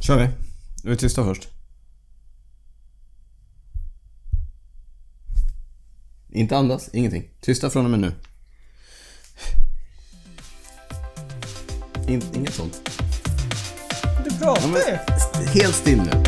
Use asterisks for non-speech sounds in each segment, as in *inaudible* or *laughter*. Kör vi. Vi är tysta först. Inte andas, ingenting. Tysta från och med nu. In, inget sånt. Du pratar Ja, ju! men, st- helt still nu.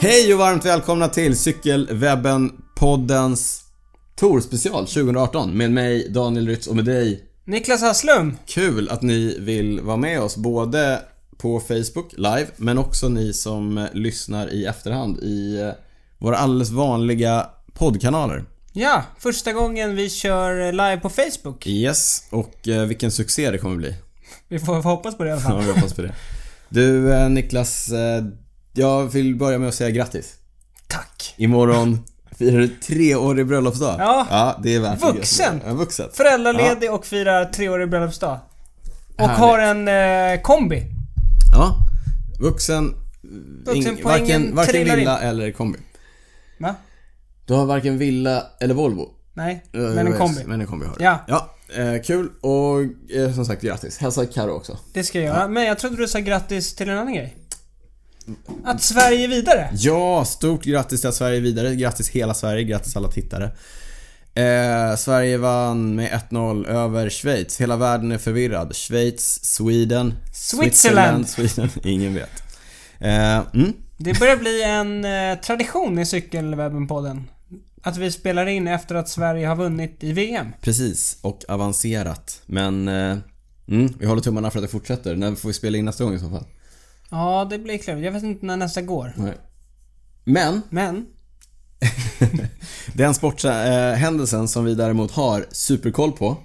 Hej och varmt välkomna till Cykelwebben-poddens Tour-special 2018 med mig Daniel Rytz och med dig Niklas Hasslum! Kul att ni vill vara med oss både på Facebook live men också ni som eh, lyssnar i efterhand i eh, våra alldeles vanliga poddkanaler. Ja, första gången vi kör eh, live på Facebook. Yes, och eh, vilken succé det kommer bli. Vi får hoppas på det i alla Ja, fall. vi hoppas på *laughs* det. Du eh, Niklas, eh, jag vill börja med att säga grattis. Tack! Imorgon firar du treårig bröllopsdag. Ja. ja det är värt att Vuxen. gratulera. Ja, vuxet. Föräldraledig och firar treårig bröllopsdag. Och Härligt. har en eh, kombi. Ja, vuxen. Vuxenpoängen varken varken trillar villa eller kombi. Va? Du har varken villa eller Volvo. Nej, Eh, men en yes, kombi. Men en kombi har du. Ja. ja eh, kul och eh, som sagt grattis. Hälsa Karo också. Det ska jag göra. Men jag trodde du sa grattis till en annan grej. Att Sverige är vidare. Ja, stort grattis till att Sverige är vidare. Grattis hela Sverige, grattis alla tittare. Eh, Sverige vann med 1-0 över Schweiz. Hela världen är förvirrad. Schweiz, Sweden, Switzerland. Sweden. *laughs* Ingen vet. Eh, mm. Det börjar bli en eh, tradition i Cykelwebben-podden. Att vi spelar in efter att Sverige har vunnit i VM. Precis, och avancerat. Men eh, mm, vi håller tummarna för att det fortsätter. När får vi spela in nästa gång i så fall? Ja, det blir klurigt. Jag vet inte när nästa går. Nej. Men Men, Den sporthändelsen som vi däremot har superkoll på,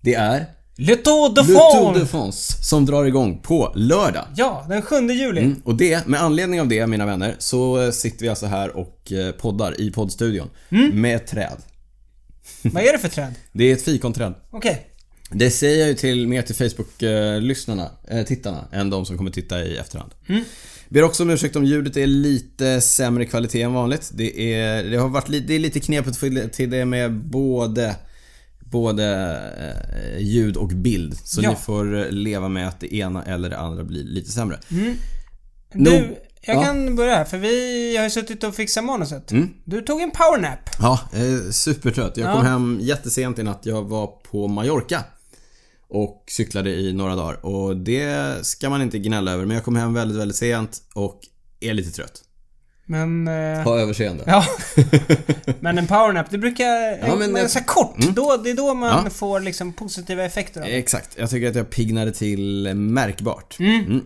det är Le Tour de Le Tour de France! France som drar igång på lördag. Ja, den 7 juli. Mm, Och det, med anledning av det mina vänner, så eh, sitter vi alltså här och eh, poddar i poddstudion. Med ett träd. Vad är det för träd? Det är ett fikonträd. Okej. Det säger jag ju till, mer till Facebook-lyssnarna, eh, tittarna, än de som kommer titta i efterhand. Ber också om ursäkt om ljudet är lite sämre kvalitet än vanligt. Det är, det har varit li, det är lite knepigt för- till det med både, både eh, ljud och bild. Så Ja. ni får leva med att det ena eller det andra blir lite sämre. Nog- Du, jag ja. kan börja här för vi har ju suttit och fixat manuset. Mm. Du tog en powernap. Ja, eh, supertrött. Jag kom Ja. hem jättesent i natt. Jag var på Mallorca. Och cyklade i några dagar. Och det ska man inte gnälla över. Men jag kom hem väldigt, väldigt sent och är lite trött. Men... Eh, Ha överseende. *laughs* ja. Men en powernap, det brukar... Ja, men men man, jag- Mm. så här kort. Då, det är då man Ja. Eh. får liksom positiva effekter av det. Exakt. Jag tycker att jag piggnade till märkbart. Mm.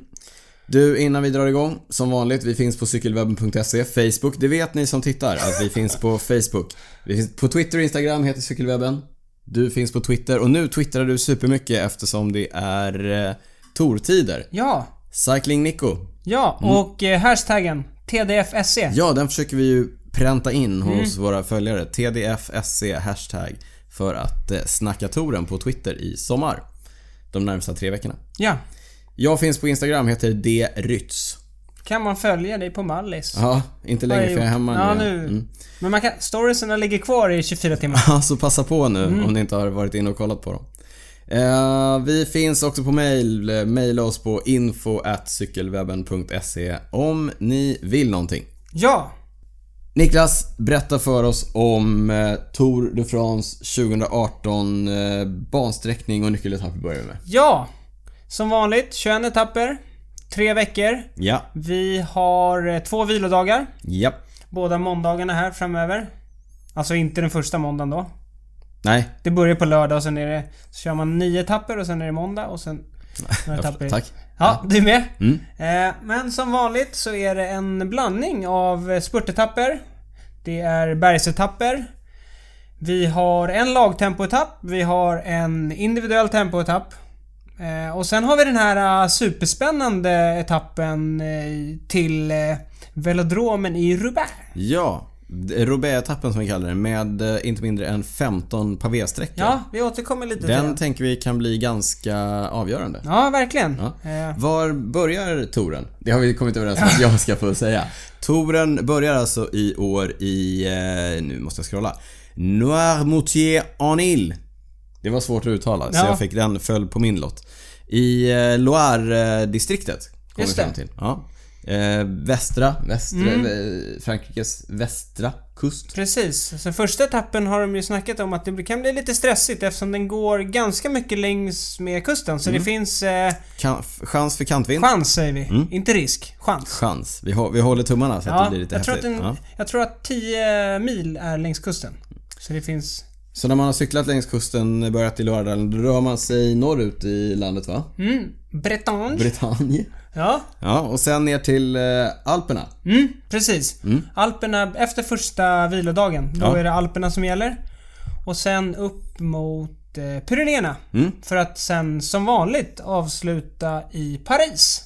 Du, innan vi drar igång, som vanligt, vi finns på cykelwebben.se, Facebook. Det vet ni som tittar att vi finns på Facebook. Vi finns på Twitter och Instagram, heter cykelwebben. Du finns på Twitter och nu twittrar du supermycket eftersom det är eh, tortider. Ja. Cycling Nico. Ja, Mm. och eh, hashtaggen TDFSE. Ja, den försöker vi ju pränta in hos våra följare. TDFSC hashtag för att eh, snacka touren på Twitter i sommar. De närmsta tre veckorna. Ja. Jag finns på Instagram, heter drytz. Kan man följa dig på Mallis? Ja, inte Har längre jag för jag är gjort. hemma ja, nu. Mm. nu. Men man kan... Storiesarna ligger kvar i 24 timmar. Ja, så passa på nu Mm. om ni inte har varit inne och kollat på dem. Eh, vi finns också på mail. Eh, Maila oss på info cykelwebben.se om ni vill någonting. Ja. Niklas, berätta för oss om eh, Tour de France 2018 eh, bansträckning och nyckeletapp vi börjar med. Ja. Som vanligt, 21 etapper. Tre veckor. Ja, Vi har eh, två vilodagar. ja. Båda måndagarna här framöver. Alltså inte den första måndagen då. Nej, Det börjar på lördag och sen är det... Så kör man nio etapper och sen är det måndag *laughs* och sen... Några jag etapper. förstår. Tack. Ja, du med? Mm. Eh, men som vanligt så är det en blandning av eh, spurtetapper. Det är bergsetapper. Vi har en lagtempoetapp. Vi har en individuell tempoetapp. Eh, och sen har vi den här eh, superspännande etappen eh, till eh, velodromen i Roubaix. Ja, Roubaix-etappen som vi kallar den med eh, inte mindre än 15 pavésträckor. Ja, vi återkommer lite till Den den. tänker vi kan bli ganska avgörande. Ja, verkligen. Ja. Eh, Var börjar touren? Det har vi kommit överens om att jag ska få säga. Touren börjar alltså i år i, eh, nu måste jag scrolla, Noirmoutier en Ile. Det var svårt att uttala så Ja. jag fick den föll på min lott. I eh, Loire-distriktet. kom Just vi fram det. Mm. Till. Ja. Eh, västra, västra eh, Frankrikes västra kust. Precis. Så första etappen har de ju snackat om att det kan bli lite stressigt eftersom den går ganska mycket längs med kusten. Så Mm. det finns eh, Kan, f- chans för kantvind. chans säger vi. Inte risk. Chans. chans. Vi, hå- vi håller tummarna så att Mm. det Ja, blir lite jag, tror att häftigt. den, Ja. jag tror att 10 mil är längs kusten. Så det finns... Så när man har cyklat längs kusten, börjat i Loiredalen, då rör man sig norrut i landet va? Mm, Bretagne. Bretagne. ja, Ja, och sen ner till eh, Alperna. Mm, precis. Alperna, efter första vilodagen, då Ja. är det Alperna som gäller. Och sen upp mot eh, Pyrenéerna. Mm. För att sen som vanligt avsluta i Paris.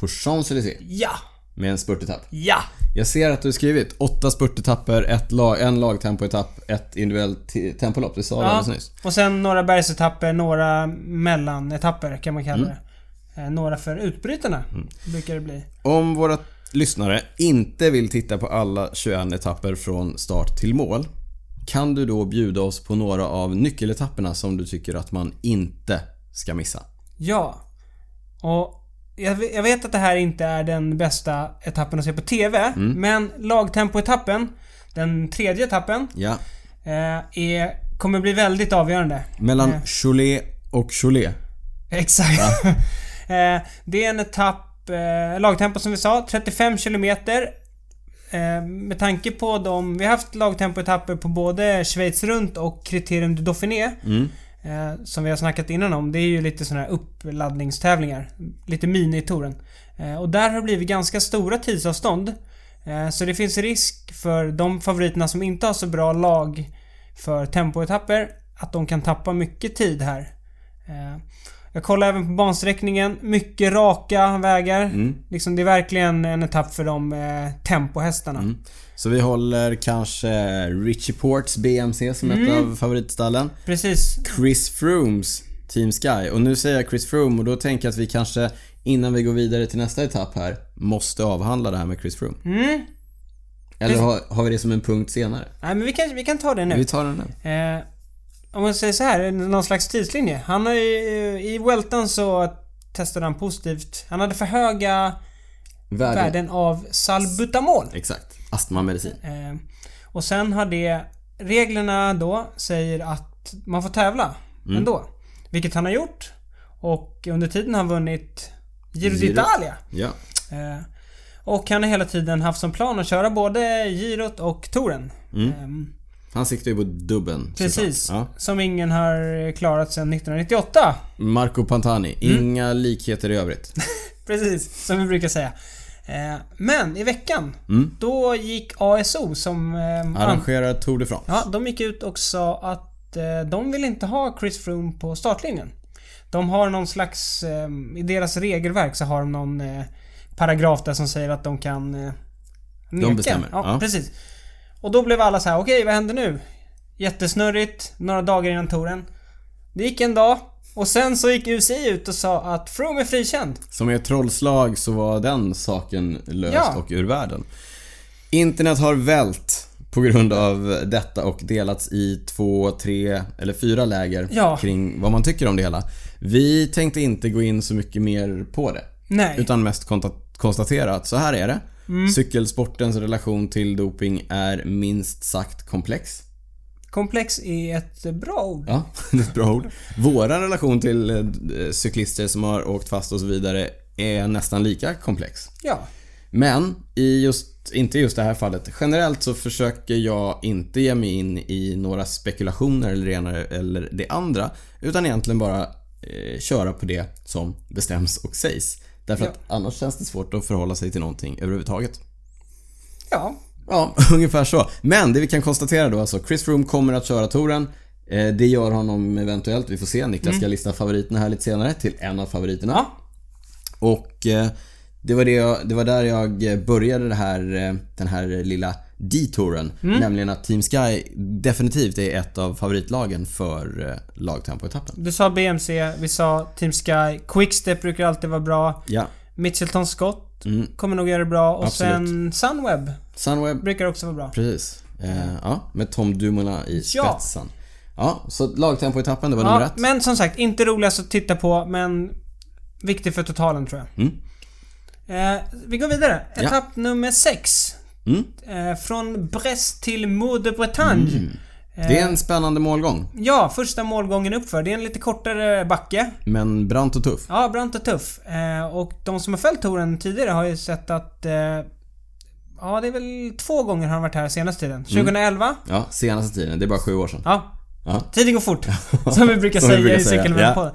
På Champs-Élysées. Ja! Med en spurtetapp. Ja! Jag ser att du har skrivit åtta spurtetapper, ett lag, en lagtempoetapp, ett individuellt t- tempolopp. Det sa du alldeles nyss. Och sen några bergsetapper, några mellanetapper kan man kalla Mm. det. Eh, några för utbrytarna brukar det bli. Om våra lyssnare inte vill titta på alla 21 etapper från start till mål. Kan du då bjuda oss på några av nyckeletapperna som du tycker att man inte ska missa? Ja. Och jag, ve- jag vet att det här inte är den bästa etappen att se på TV. Mm. Men lagtempoetappen, den tredje etappen, Ja. eh, är, kommer bli väldigt avgörande. Mellan Cholet och Cholet. *laughs* Exakt. eh, det är en etapp, eh, lagtempo som vi sa, 35 kilometer. Eh, med tanke på de, vi har haft lagtempoetapper på både Schweiz runt och Kriterium du Dauphiné. Eh, som vi har snackat innan om. Det är ju lite sådana här uppladdningstävlingar. Lite minitouren. Eh, och där har det blivit ganska stora tidsavstånd. Eh, så det finns risk för de favoriterna som inte har så bra lag för tempoetapper att de kan tappa mycket tid här. Eh, Jag kollar även på bansträckningen. Mycket raka vägar. Liksom det är verkligen en etapp för de eh, tempohästarna. Så vi håller kanske Richie Ports BMC som ett Mm. av favoritstallen. Precis. Chris Froomes Team Sky. Och nu säger jag Chris Froome och då tänker jag att vi kanske innan vi går vidare till nästa etapp här måste avhandla det här med Chris Froome. Mm. Eller har, har vi det som en punkt senare? Nej men vi kan, vi kan ta det nu. Vi tar den nu. Eh, om man säger så här, någon slags tidslinje. Han har ju, eh, i Welton så testade han positivt. Han hade för höga Värden. värden av salbutamol. Exakt. Astmamedicin. Eh, och sen har det... Reglerna då säger att man får tävla Mm. ändå. Vilket han har gjort. Och under tiden har han vunnit Giro Giro. d'Italia. Ja. Eh, och han har hela tiden haft som plan att köra både girot och touren. Ehm, Han siktar ju på dubben. Precis. såklart. Ja. Som ingen har klarat sedan 1998. Marco Pantani. Mm. Inga likheter i *laughs* övrigt. Precis, som vi brukar säga. Eh, Men i veckan, Mm. då gick ASO som... eh, an- Arrangerar Tour de France. Ja, de gick ut och sa att eh, de vill inte ha Chris Froome på startlinjen. De har någon slags... eh, I deras regelverk så har de någon eh, paragraf där som säger att de kan... eh, neka. bestämmer, Ja, ja. precis. Och då blev alla så här: okej vad händer nu? Jättesnurrigt, några dagar innan touren. Det gick en dag och sen så gick UCI ut och sa att Froome är frikänd. Som i ett trollslag så var den saken löst Ja. och ur världen. Internet har vält på grund av detta och delats i två, tre eller fyra läger Ja. kring vad man tycker om det hela. Vi tänkte inte gå in så mycket mer på det. Nej. Mm. Utan mest konta- konstatera att så här är det. Cykelsportens relation till doping är minst sagt komplex. Komplex är ett bra ord. Ja, *laughs* det är ett bra ord. Våran relation till eh, cyklister som har åkt fast och så vidare är nästan lika komplex. Ja. Men, i just, inte just det här fallet. Generellt så försöker jag inte ge mig in i några spekulationer eller det ena eller det andra. Utan egentligen bara eh, köra på det som bestäms och sägs. Därför Ja. att annars känns det svårt att förhålla sig till någonting överhuvudtaget. Ja. Ja, *laughs* ungefär så. Men det vi kan konstatera då alltså, Chris Froome kommer att köra touren. Eh, Det gör honom eventuellt, vi får se. Mm. Niklas ska lista favoriterna här lite senare till en av favoriterna. Och eh, Det var, det, jag, det var där jag började det här, eh, den här lilla detouren. Mm. Nämligen att Team Sky definitivt är ett av favoritlagen för eh, lagtempoetappen. Du sa BMC, vi sa Team Sky. Quickstep brukar alltid vara bra. Ja, Mitchelton Scott kommer nog göra det bra. Och Mm. Absolut. sen Sunweb Sunweb brukar också vara bra. Precis. Eh, ja, med Tom Dumoulin i Ja. spetsen. Ja, så lagtempoetappen, det var nummer Ja, ett. men som sagt, inte roligast att titta på, men viktig för totalen tror jag. Mm. Eh, vi går vidare. Etapp nummer 6. Mm. Eh, från Brest till Mont de Bretagne. Mm. Det Eh. är en spännande målgång, Ja, första målgången uppför. Det är en lite kortare backe. men brant och tuff. Ja, brant och tuff. Eh, och de som har följt touren tidigare har ju sett att... Eh, ja, det är väl två gånger har han varit här senaste tiden. Mm. 2011? Ja, senaste tiden. Det är bara sju år sedan. Ja. Ja. Tiden *laughs* går fort. som vi brukar Som vi säga brukar i säga, Cykelwebben-podden.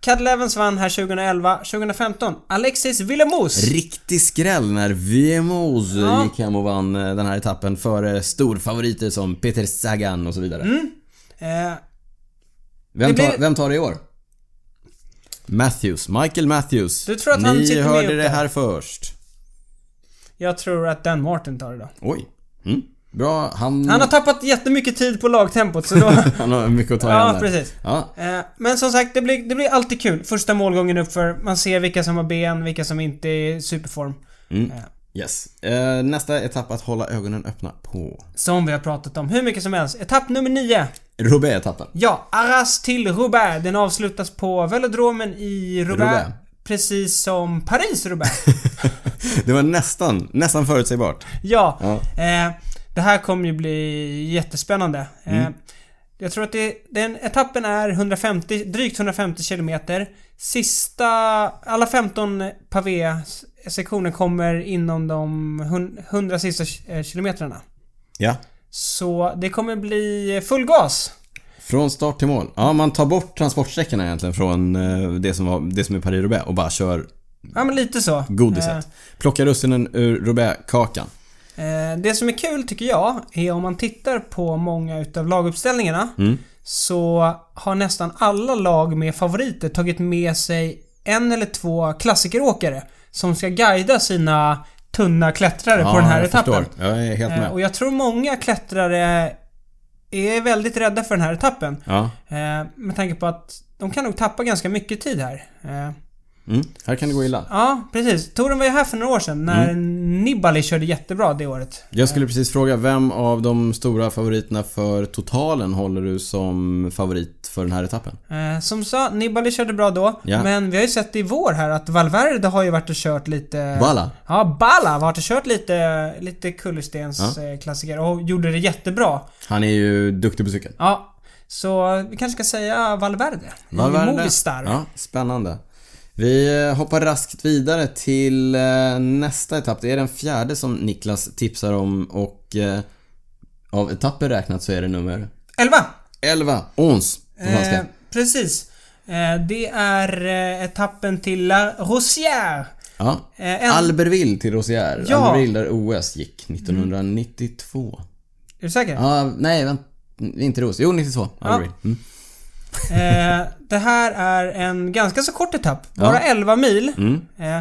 Cad Levens vann här 2011. 2015, Alexis Villemos. Riktig skräll när Viemos Ja. gick hem och vann eh, den här etappen före storfavoriter som Peter Sagan och så vidare. Eh, Vem, Det tar, blir- vem tar det i år? Matthews, Michael Matthews. Du tror att Ni han sitter med hörde upp det där? här först. jag tror att Dan Martin tar det då. Oj. Mm. Bra, han... Han har tappat jättemycket tid på lagtempot *laughs* så då... han har mycket att ta igen ja, där. precis. Ja, Eh, Men som sagt, det blir, det blir alltid kul. Första målgången uppför. Man ser vilka som har ben, vilka som inte är i superform. Mm. Eh, Yes. Eh, nästa etapp att hålla ögonen öppna på. Som vi har pratat om hur mycket som helst. Etapp nummer 9. Roubaix-etappen. *laughs* Ja, Arras till Roubaix. Den avslutas på velodromen i Roubaix. Roubaix. Precis som Paris Roubaix. *laughs* Det var nästan, nästan förutsägbart. ja. Ja. Eh, det här kommer ju bli jättespännande. Mm. Eh, jag tror att det, den etappen är 150, drygt 150 kilometer. Sista, alla 15 pavé-sektioner kommer inom de hun- 100 sista eh, kilometrarna. Ja. Så det kommer bli full gas. Från start till mål. Ja, man tar bort transportsträckorna egentligen från eh, det som, var, det som är Paris-Roubaix och bara kör Ja men lite så. godiset. Eh, Plocka russinen ur Roubaix-kakan. Eh, Det som är kul tycker jag är om man tittar på många utav laguppställningarna Mm. så har nästan alla lag med favoriter tagit med sig en eller två klassikeråkare som ska guida sina tunna klättrare på den här jag etappen. Förstår. Jag är helt Eh, med. Och jag tror många klättrare är väldigt rädda för den här etappen. Ja. Eh, Med tanke på att de kan nog tappa ganska mycket tid här. Eh, Mm. Här kan det gå illa. Ja, precis. Toren var ju här för några år sedan när Mm. Nibali körde jättebra det året. Jag skulle precis fråga, vem av de stora favoriterna för totalen håller du som favorit för den här etappen? Eh, som sa, Nibali körde bra då. Ja. Men vi har ju sett i vår här att Valverde har ju varit och kört lite... Bala? Ja, Bala har varit och kört lite, lite kullerstens eh, klassiker och gjorde det jättebra. Han är ju duktig på cykeln. Ja, så vi kanske ska säga Valverde. Valverde. I Movistar. Ja, spännande. Vi eh, hoppar raskt vidare till eh, nästa etapp. Det är den fjärde som Niklas tipsar om och eh, av etapper räknat så är det nummer 11! 11, Ons på franska. Eh, precis. Eh, det är eh, etappen till La Rosière. ja. Eh, en... Albertville till Rosière. Ja. Mm. Albertville där OS gick 1992. är du säker? Ja, nej vänta. Inte Rose. Jo, 92. Albertville. Mm. Eh, det här är en ganska så kort etapp. Bara 11 mil. Eh,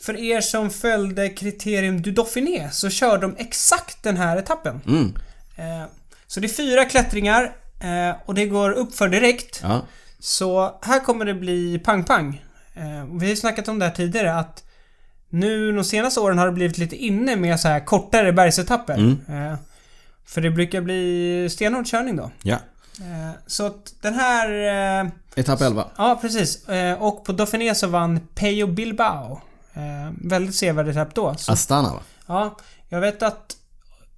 för er som följde Kriterium du Dauphiné så kör de exakt den här etappen. Mm. Eh, så det är fyra klättringar eh, och det går uppför direkt. Ja. Så här kommer det bli pang-pang. Eh, och vi har ju snackat om det här tidigare att nu de senaste åren har det blivit lite inne med så här kortare bergsetapper. Eh, för det brukar bli stenhård körning då. ja. Eh, så att den här eh, Etapp 11. Ja, precis. Eh, Och på Dauphiné så vann Peyo Bilbao. Eh, Väldigt sevärd etapp då. Så, Astana va? ja, jag vet att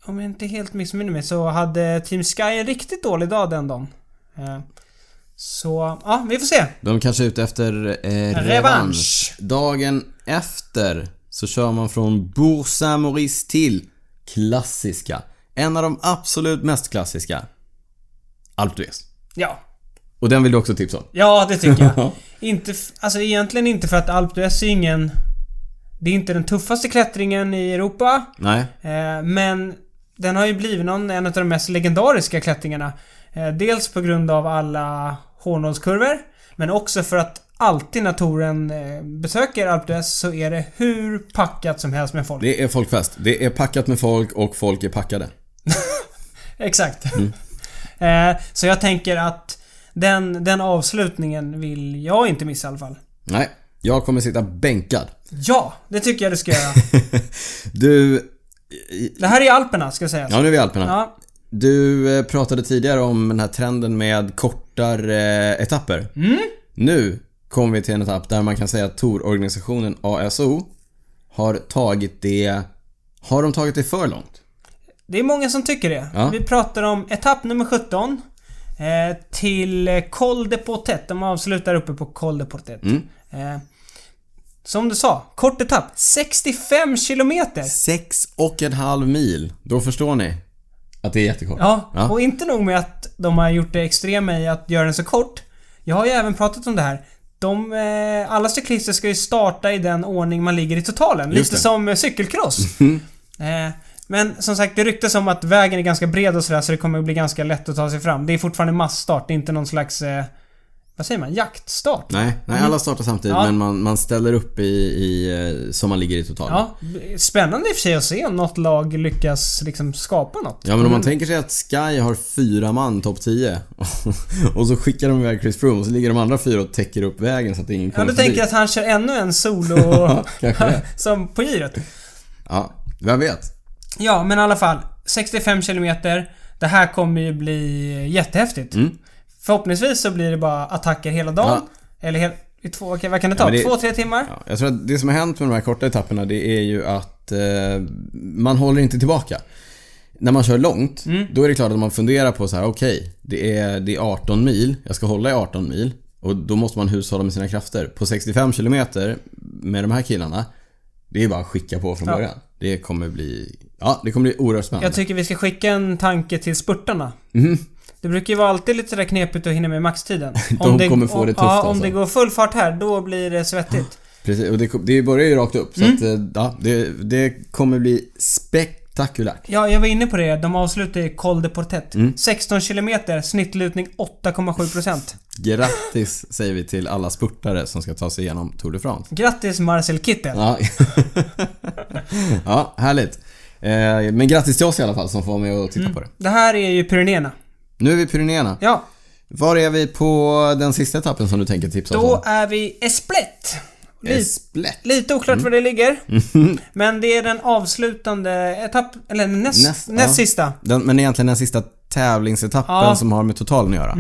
om jag inte helt missminner mig så hade Team Sky en riktigt dålig dag den dagen. Eh, Så, ja, vi får se. De kanske är ute efter eh, revansch. Dagen efter så kör man från Bourg Saint-Maurice till klassiska. En av de absolut mest klassiska. Alpe d'Huez. Ja. Och den vill du också tipsa om? Ja, det tycker jag. inte, f- alltså egentligen inte för att Alpe d'Huez är ingen... Det är inte den tuffaste klättringen i Europa. Nej. Eh, Men den har ju blivit någon, en av de mest legendariska klättringarna. Eh, Dels på grund av alla hårnålskurvor, men också för att alltid när touren eh, besöker Alpe d'Huez så är det hur packat som helst med folk. Det är folkfest. Det är packat med folk och folk är packade. Exakt. *laughs* Eh, så jag tänker att den, den avslutningen vill jag inte missa i alla fall. Nej, jag kommer sitta bänkad. Ja, det tycker jag du ska göra. Du... Det här är Alperna ska jag säga. Ja, nu är vi i Alperna. Ja, Du eh, pratade tidigare om den här trenden med kortare eh, etapper. Mm. Nu kommer vi till en etapp där man kan säga att tourorganisationen ASO har tagit det... Har de tagit det för långt? det är många som tycker det. Ja. Vi pratar om etapp nummer 17. Eh, till eh, Col de Portet. De avslutar uppe på Col de Portet. Eh, som du sa, kort etapp. 65 kilometer! Sex och en halv mil. Då förstår ni att det är jättekort. Ja, Ja. och inte nog med att de har gjort det extrema i att göra den så kort. Jag har ju även pratat om det här. De, eh, alla cyklister ska ju starta i den ordning man ligger i totalen. Just Lite det. Mm-hmm. som *laughs* eh, cykelcross. eh, men som sagt, det ryktas om att vägen är ganska bred och sådär så det kommer att bli ganska lätt att ta sig fram. Det är fortfarande massstart, det är inte någon slags... Eh, vad säger man? Jaktstart? Nej, nej, alla startar samtidigt Ja. men man, man ställer upp i, i eh, som man ligger i totalen. Ja, b- spännande i och för sig att se om något lag lyckas liksom skapa något. Ja men om man tänker sig att Sky har fyra man topp 10 *laughs* och så skickar de iväg Chris Froome och så ligger de andra fyra och täcker upp vägen så att ingen Ja, kommer då tänker jag att han kör ännu *laughs* en solo... Kanske det. *laughs* som på girot. Ja, vem vet? Ja, men i alla fall. 65 kilometer. Det här kommer ju bli jättehäftigt. Mm. Förhoppningsvis så blir det bara attacker hela dagen. Eller hel, i två, okej, vad kan det ta? Ja, men det- Två, tre timmar? Ja, jag tror att det som har hänt med de här korta etapperna det är ju att eh, man håller inte tillbaka. När man kör långt, Mm. då är det klart att man funderar på så här: okej, det, är, det är 18 mil, jag ska hålla i 18 mil. Och då måste man hushålla med sina krafter. På 65 kilometer med de här killarna, det är bara att skicka på från Ja. början. Det kommer bli, ja det kommer bli oerhört Jag spännande. tycker vi ska skicka en tanke till spurtarna. Mm. Det brukar ju vara alltid lite sådär knepigt att hinna med maxtiden. *laughs* De kommer få det tufft, Ja, om alltså. det går full fart här, då blir det svettigt. Precis, och det, det börjar ju rakt upp. Så Mm. att, eh, ja, det, det kommer bli spektakulärt. Ja, jag var inne på det. De avslutar i Col de Portet. Mm. 16 kilometer, snittlutning *laughs* 8,7%. Grattis säger vi till alla spurtare som ska ta sig igenom Tour de France. Grattis Marcel Kittel. Ja, *laughs* ja härligt. Eh, Men grattis till oss i alla fall som får vara med och titta på det. Det här är ju Pyrenéerna. Nu är vi i Pyrenéerna. Mm. Ja, Var är vi på den sista etappen som du tänker tipsa oss Då om? Eh, är vi Esplet. Li- Esplet. lite oklart var det ligger. Men det är den avslutande etapp, eller näst, Näst, näst, ja. sista. Den, men egentligen den sista tävlingsetappen Ja. som har med totalen att göra.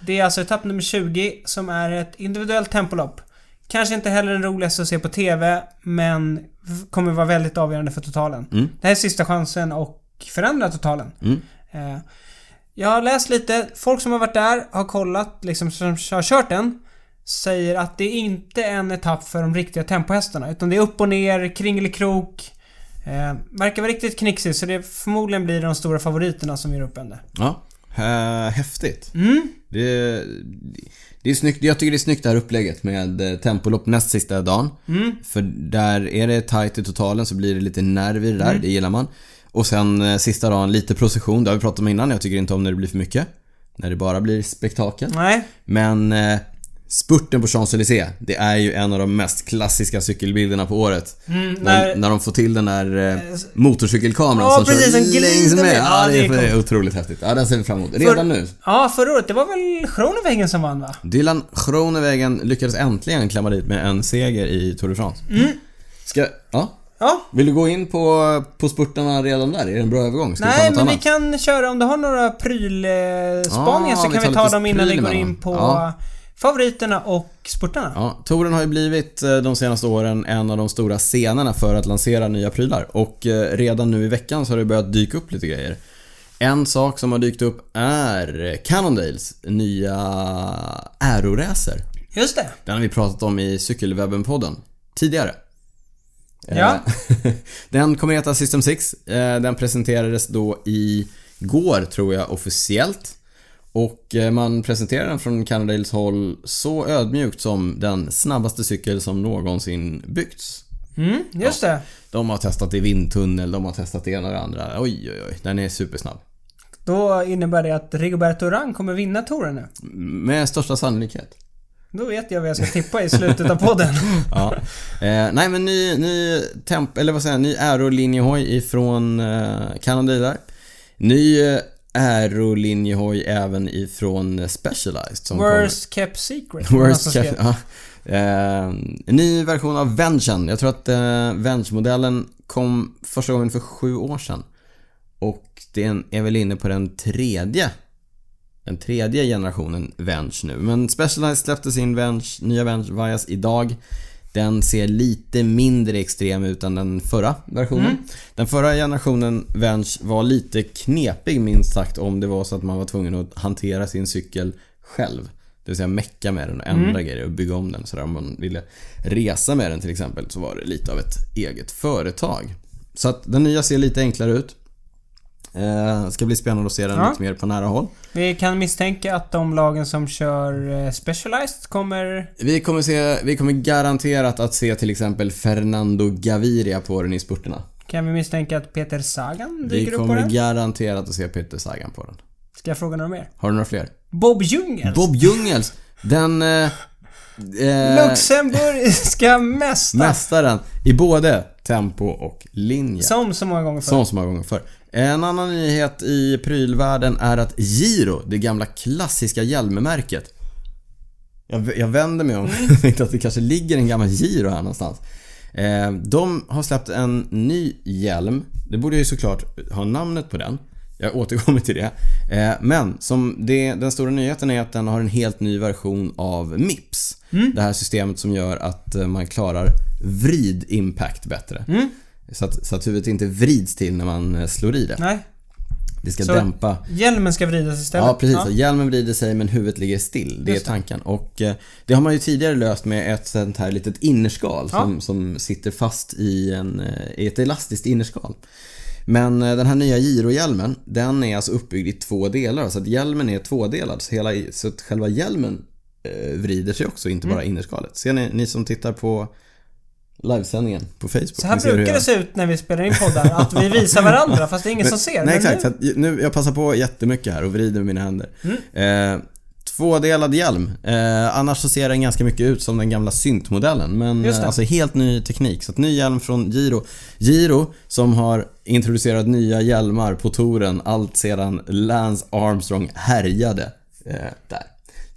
Det är alltså etapp nummer 20 som är ett individuellt tempolopp. Kanske inte heller den roligaste att se på TV, men v- kommer vara väldigt avgörande för totalen. Det här är sista chansen och förändra totalen. Eh, Jag har läst lite, folk som har varit där, har kollat, liksom som har kört den, säger att det är inte en etapp för de riktiga tempohästarna. Utan det är upp och ner, kringelikrok. Eh, verkar vara riktigt knixigt, så det förmodligen blir de stora favoriterna som gör upp henne. Ja. Eh, Häftigt. Det, det är snyggt. Jag tycker det är snyggt det här upplägget med eh, tempolopp näst sista dagen. För där är det tight i totalen så blir det lite nerv i det där. Det gillar man. Och sen eh, sista dagen lite procession. Det har vi pratat om innan. Jag tycker inte om när det blir för mycket. När det bara blir spektakel. Nej, Men eh, spurten på Champs-Élysées, det är ju en av de mest klassiska cykelbilderna på året. när, Mm, när- när de får till den där eh, motorcykelkameran Ja, som precis, kör som glider längs med. med. Ja, det är, Ja, det är för- otroligt häftigt. Ja, den ser vi fram emot. Redan nu. Ja, förra året. Det var väl Schronewegen som vann va? Dylan Groenewegen lyckades äntligen klämma dit med en seger i Tour de France. Mm. Ska, ja. Ja. Vill du gå in på, på spurtarna redan där? Är det en bra övergång? Ska vi ta Nej, något men vi annat? kan köra om du har några Ah, prylspaningar så vi kan tar vi ta lite dem innan vi pryl går emellan. in på Ja. favoriterna och spurtarna. Ja, touren har ju blivit eh, de senaste åren en av de stora scenerna för att lansera nya prylar och eh, redan nu i veckan så har det börjat dyka upp lite grejer. En sak som har dykt upp är Cannondales nya äroracer. Just det. Den har vi pratat om i Cykelwebben-podden tidigare. Ja. Eh, *laughs* den kommer heta System 6. Eh, Den presenterades då igår tror jag officiellt. Och eh, man presenterar den från Cannondales håll så ödmjukt som den snabbaste cykel som någonsin byggts. Mm, just det. De har testat i vindtunnel, de har testat det ena och det andra. Oj, oj, oj. Den är supersnabb. Då innebär det att Rigoberto Urán kommer vinna touren nu. Med största sannolikhet. Då vet jag vad jag ska tippa i slutet av *laughs* podden. Ja. Eh, nej men ny, ny temp, eller vad säger jag, ny aerolinjehoj ifrån eh, Canada där. Ny eh, aerolinjehoj även ifrån eh, Specialized. Som Worst kept secret. kommer- Worst Alltså, Cafe. *laughs* Ja. Eh, ny version av Venchen. Jag tror att eh, Venge-modellen kom första gången för sju år sedan. Och den är väl inne på den tredje den tredje generationen Venge nu. Men Specialized släppte sin Venge, nya Venge Vias idag. Den ser lite mindre extrem ut än den förra versionen. Den förra generationen Venge var lite knepig minst sagt om det var så att man var tvungen att hantera sin cykel själv. Det vill säga mecka med den och ändra grejer och bygga om den. Sådär. Om man ville resa med den till exempel så var det lite av ett eget företag. Så att den nya ser lite enklare ut. Eh, ska bli spännande att se den Ja. lite mer på nära håll. Vi kan misstänka att de lagen som kör eh, Specialized kommer... Vi kommer, se, vi kommer garanterat att se till exempel Fernando Gaviria på den i spurterna. Kan vi misstänka att Peter Sagan Vi dyker upp på kommer den? garanterat att se Peter Sagan på den. Ska jag fråga några mer? Har du några fler? Bob Jungels? Bob Jungels, den... Eh, eh, *laughs* Luxemburgiska mästaren. mästaren i både tempo och linje. Som så många gånger förr. Som så många gånger förr. En annan nyhet i prylvärlden är att Giro, det gamla klassiska hjälmmärket. Jag, jag vänder mig om. *laughs* Jag tänkte att det kanske ligger en gammal Giro här någonstans. Eh, de har släppt en ny hjälm. Det borde jag ju såklart ha namnet på den. Jag återkommer till det. Eh, men som det, den stora nyheten är att den har en helt ny version av Mips. Det här systemet som gör att eh, man klarar vrid impact bättre. Så att, så att huvudet inte vrids till när man eh, slår i det. Nej. Det ska Så- dämpa Hjälmen ska vridas istället. Ja, precis. Så Hjälmen vrider sig men huvudet ligger still. Det är Just det. tanken. Och eh, det har man ju tidigare löst med ett sånt här litet innerskal som, som sitter fast i, en, eh, i ett elastiskt innerskal. Men eh, den här nya gyrohjälmen, den är alltså uppbyggd i två delar. Så att hjälmen är tvådelad. Så, hela, så att själva hjälmen eh, vrider sig också, Mm. inte bara innerskalet. Ser ni, ni som tittar på livesändningen på Facebook. Så här ni ser hur brukar jag- det se ut när vi spelar in poddar. Att vi visar varandra fast det är ingen som Nej ser. Men exakt, så nu- att ju- nu, jag passar på jättemycket här och vrider med mina händer. Mm. Eh, tvådelad hjälm. Eh, annars så ser den ganska mycket ut som den gamla syntmodellen. Men Just det. eh, alltså helt ny teknik. Så att ny hjälm från Giro. Giro som har introducerat nya hjälmar på touren allt sedan Lance Armstrong härjade. Eh, där.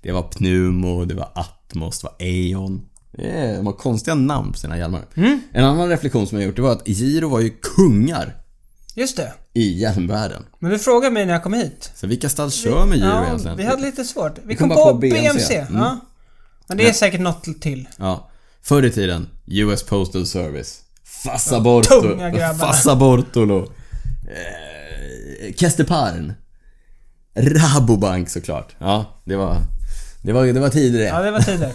Det var Pneumo, det var Atmos, det var Aeon. Eh, De har konstiga namn på sina hjälmar. Mm. En annan reflektion som jag gjort det var att Giro var ju kungar Just det. i hjälmvärlden. Men du frågade mig när jag kom hit. Så vilka stall kör med Giro Ja, egentligen? vi hade lite svårt. Vi kom kom, bara på, på BMC. BMC, Ja. Men det är säkert något till. Ja. Förr i tiden, US Postal Service. Fassabortolo. tunga grabbar. Fassabortolo. Eh, Kesteparn. Rabobank såklart. Ja, det var... Det var, det var tider det. Ja, det var tider.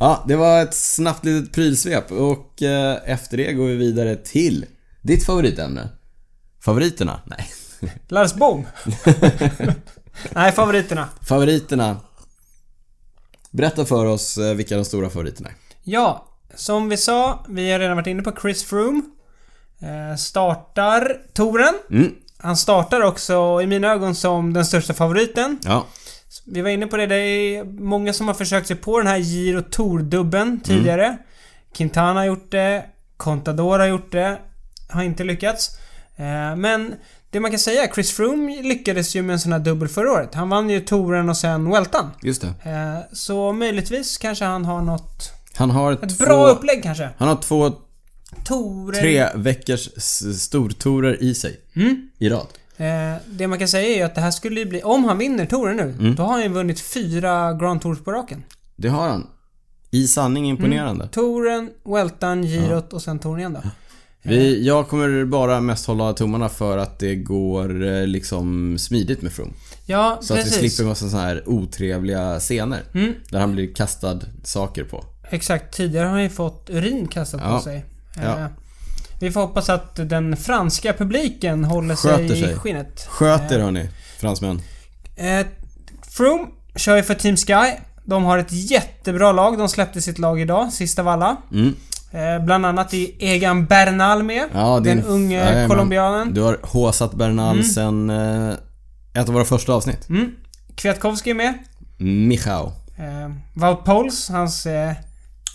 Ja, det var ett snabbt litet prylsvep och eh, efter det går vi vidare till ditt favoritämne. Favoriterna? Nej. *laughs* Lars Boom. Nej, favoriterna. Favoriterna. Berätta för oss eh, vilka de stora favoriterna är. Ja, som vi sa, vi har redan varit inne på Chris Froome. Eh, startar touren. Mm. Han startar också, i mina ögon, som den största favoriten. Ja, Vi var inne på det, det är många som har försökt sig på den här Giro Tour-dubben tidigare. Quintana har gjort det, Contador har gjort det, har inte lyckats. Eh, Men det man kan säga, är att Chris Froome lyckades ju med en sån här dubbel förra året. Han vann ju touren och sen Weltan. just det. Eh, Så möjligtvis kanske han har något... Han har Ett två, bra upplägg kanske. Han har två, Torer. tre veckors s- stortorer i sig. Mm. I rad. Eh, det man kan säga är ju att det här skulle ju bli... Om han vinner touren nu, Mm. då har han ju vunnit fyra Grand Tours på raken. Det har han. I sanning imponerande. Mm. Touren, Weltan, Girot och sen touren igen då. Vi, jag kommer bara mest hålla tummarna för att det går eh, liksom smidigt med Froome. Ja, Så att vi precis. Mm. slipper massa sådana här otrevliga scener. Där han blir kastad saker på. Exakt. Tidigare har han ju fått urin kastat Ja. på sig. Eh, Ja. Vi får hoppas att den franska publiken håller Sköter sig i sig. skinnet. Sköt er hörni, fransmän. Eh, Froome kör ju för Team Sky. De har ett jättebra lag. De släppte sitt lag idag, sist av alla. Mm. Eh, bland annat är Egan Bernal med. Ja, den din- unge Jajamän. colombianen. Mm. Du har håsat Bernal sen eh, ett av våra första avsnitt. Kwiatkowski är med. Michał. Eh, Wout Poels, hans eh,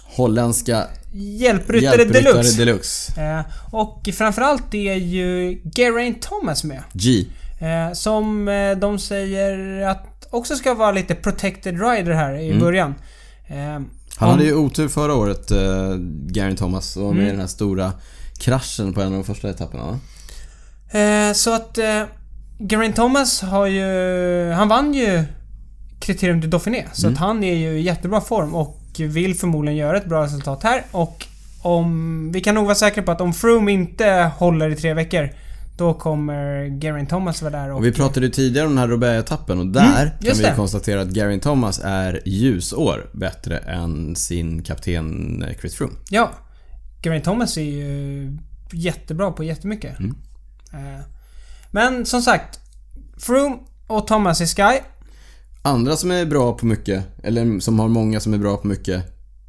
Holländska hjälpryttare hjälpryttare deluxe. deluxe. Eh, och framförallt är ju Geraint Thomas med. G. Eh, som eh, de säger att också ska vara lite protected rider här Mm. i början. Eh, Han om- hade ju otur förra året, eh, Gary Thomas, och med Mm. den här stora kraschen på en av de första etapperna va? Eh, så att... Eh, Geraint Thomas har ju... Han vann ju Kriterium du Dauphiné. Så att han är ju i jättebra form och vill förmodligen göra ett bra resultat här. Och om... Vi kan nog vara säkra på att om Froome inte håller i tre veckor, då kommer Geraint Thomas vara där och... Och vi pratade ju tidigare om den här Roubaix-etappen och där kan Mm, just vi det. konstatera att Gary Thomas är ljusår bättre än sin kapten eh, Chris Froome. Ja. Geraint Thomas är ju jättebra på jättemycket. Eh, men som sagt. Froome och Thomas i Sky. Andra som är bra på mycket, eller som har många som är bra på mycket,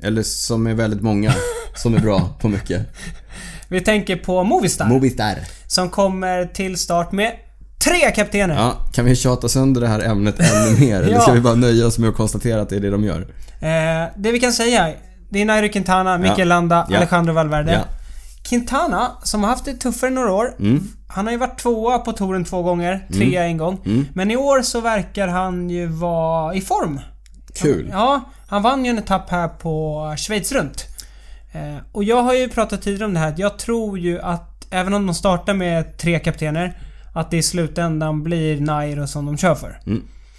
eller som är väldigt *laughs* många som är bra på mycket. Vi tänker på Movistar. Movistar. Som kommer till start med tre kaptener. Ja, kan vi tjata sönder det här ämnet ännu mer? Eller ska Ja. vi bara nöja oss med att konstatera att det är det de gör? Eh, det vi kan säga, det är Nairo Quintana, Mikel Landa, Ja. Alejandro Valverde. Ja. Quintana, som har haft det tuffare några år. Mm. Han har ju varit tvåa på touren två gånger, trea en gång. Mm. Men i år så verkar han ju vara i form. Kul. Ja, han vann ju en etapp här på Schweiz runt. Eh, och jag har ju pratat tidigare om det här att jag tror ju att även om de startar med tre kaptener att det i slutändan blir Nairo som de kör för.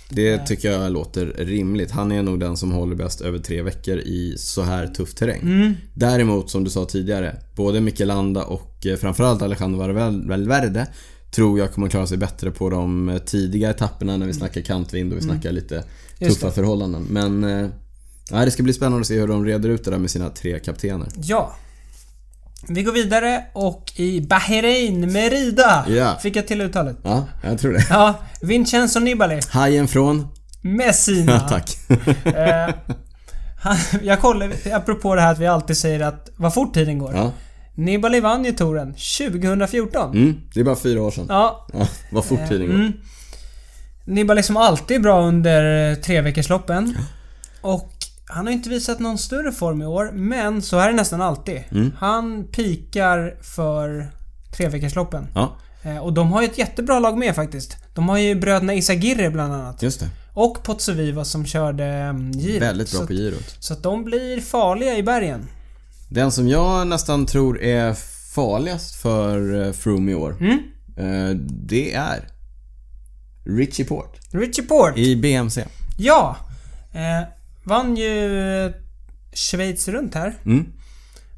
Det tycker jag låter rimligt. Han är nog den som håller bäst över tre veckor i så här tuff terräng. Mm. Däremot som du sa tidigare, både Mikel Landa och eh, framförallt Alejandro Valver- Valverde tror jag kommer klara sig bättre på de eh, tidiga etapperna när vi snackar kantvind och vi snackar lite Mm. Just tuffa förhållanden. Men eh, nej, det ska bli spännande att se hur de reder ut det där med sina tre kaptener. Ja. Vi går vidare och i Bahrain Merida. Ja. Fick jag till uttalet? Ja, jag tror det. *laughs* Ja, Vincenzo Nibali. Hajen från... Messina. Ja, *laughs* tack. Eh, han, jag kollar, apropå det här att vi alltid säger att vad fort tiden går. Ja. Nibali vann ju touren 2014. Mm, det är bara fyra år sedan. Ja, Ja, vad fort tiden går. Mm. Nibali som alltid är bra under eh, treveckorsloppen. Och han har inte visat någon större form i år, men så här är det nästan alltid. Mm. Han pikar för treveckorsloppen. Ja, Eh, Och de har ju ett jättebra lag med faktiskt. De har ju bröderna Isagirre bland annat. just det. Och Potsoviva som körde mm, Giro. Väldigt bra så, på girot. så att de blir farliga i bergen. Den som jag nästan tror är farligast för eh, Froome i år. Mm. eh, Det är Richie Port Richie Port. i BMC. Ja! Eh, vann ju eh, Schweiz runt här. Mm.